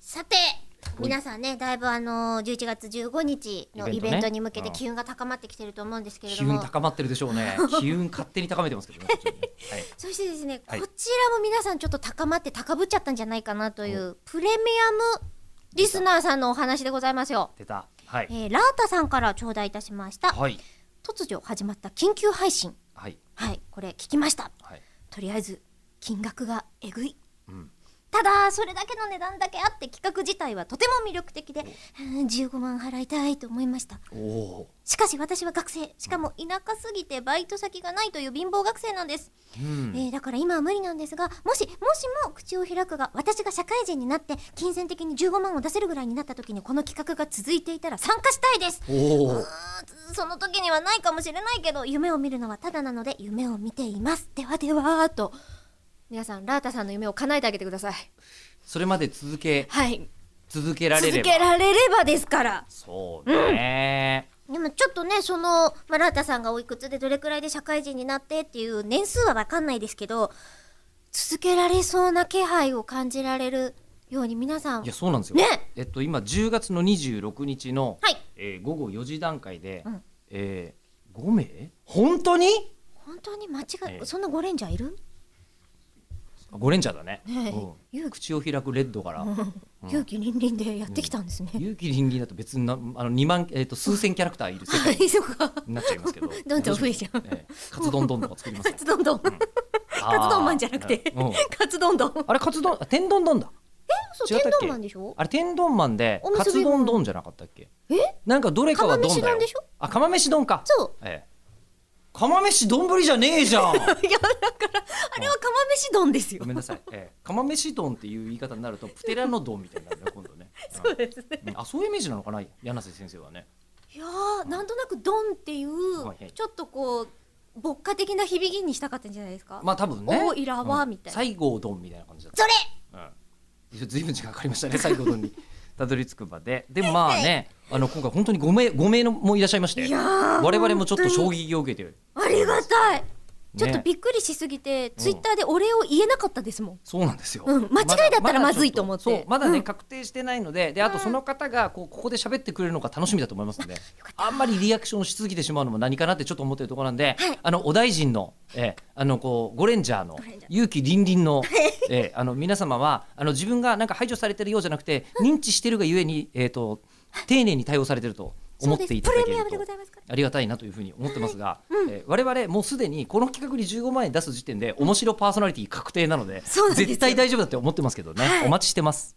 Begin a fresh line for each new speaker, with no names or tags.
さて皆さんねだいぶあの11月15日のイ
イベントね
ベントに向けて
うん
機運が高まってきてると思うんですけれ
機
ども
運高まってるでしょ うね。機運勝手に高めてますけどね。こっちはねはい。
そしてですね、
はい
こちらも皆さんちょっと高まって高ぶっちゃったんじゃないかなというプレミアムリスナーさんのお話でございますよ、
出た。はい。
えー、ラータさんから頂戴いたしました
はい。
突如始まった緊急配信
はい。
はいこれ聞きました
はい。
とりあえず金額がえぐい
うん。
ただそれだけの値段だけあって企画自体はとても魅力的でうん15万払いたいと思いました
おお
しかし私は学生しかも田舎すぎてバイト先がないという貧乏学生なんです、
ー。うん。
えーだから今は無理なんですがもしもしも口を開くが私が社会人になって金銭的に15万を出せるぐらいになった時にこの企画が続いていたら参加したいです
お
うー
お。
んその時にはないかもしれないけど夢を見るのはただなので夢を見ていますではではと皆さんラータさんの夢を叶えてあげてください
それまで続け
はい
続けられ
続
れば。
けられればですから
そうね。
でもちょっとねその、まあ、ラータさんがおいくつでどれくらいで社会人になってっていう年数は分かんないですけど続けられそうな気配を感じられるように皆さん
いやそうなんですよ。
ね
えっと今10月の26日の、
はい
えー午後4時段階で、
うん
えー、5名？本当に
本当に間違い、
ええ
そんなゴレンジャーいる、
？5連チャーだね。
ねえ
う
勇気
ん、口を開くレッドから。うん
勇気凛々でやってきたんですね、
勇気倫理だと別になあの2万、えー、と数千キャラクターいる世界
はいそうか
になっちゃいますけど
どんどん増えちゃう
ええカツ丼丼とか作ります
カツ丼丼 カツ丼マンじゃなくて
あーうん、
カツ丼丼。
あれカツ丼あ天丼丼だ
そう天
違ったっけ
丼マンでしょ。
あれ天丼マンで
おむ
カ
すび
ツ丼丼じゃなかったっけ
え？
なんかどれかは丼だ
釜飯丼
よ
でしょ
あ釜飯丼か
そう。
ええ釜飯丼じゃねえじゃん
いやだからあれは釜飯丼ですよ
ご。めんなさい、ええ、釜飯丼っていう言い方になるとプテラノ丼みたいになるね今度ね、
そうですね。
うんあそういうイメージなのかな柳瀬先生はね
いやーなんとなく丼っていう
はいはい
ちょっとこう牧歌的な響きにしたかったんじゃないですか。
まあ多分ね
おいらはみたいな
うん西郷丼みたいな感じだった
それ。
うん、ずいぶん時間かかりましたね最後のに たどり着くまででもまあねあの今回本当に5名5名のもいらっしゃいまして
いやー
我々もちょっと衝
本
撃を受けて
当にありがたい。ちょっと
ね
びっくりしすぎて、ツイッターでお礼を言えなかったですもん。
そうなんですよ、
うん間違いだったらまずいと思って
まだそうまだね、
うん
確定してないのでであとその方がこうここで喋ってくれるのが楽しみだと思いますので
かっ
あんまりリアクションしすぎてしまうのも何かなってちょっと思ってるところなんで、
はい
あのお大臣の,、えーあのこうゴレンジャーの
ゴレンジャー
勇気凛々の、えーあの皆様はあの自分がなんか排除されてるようじゃなくて認知してるがゆえに、えー、と丁寧に対応されてると思っていただ
そうですプ
け
レミアム
る
でご
と
ざいますから。
ありがたいなというふうに思ってますが、えー我々もうすでにこの企画に15万円出す時点で面白パーソナリティ確定なので
そうなんですよ
絶対大丈夫だって思ってますけどね、
はい
お待ちしてます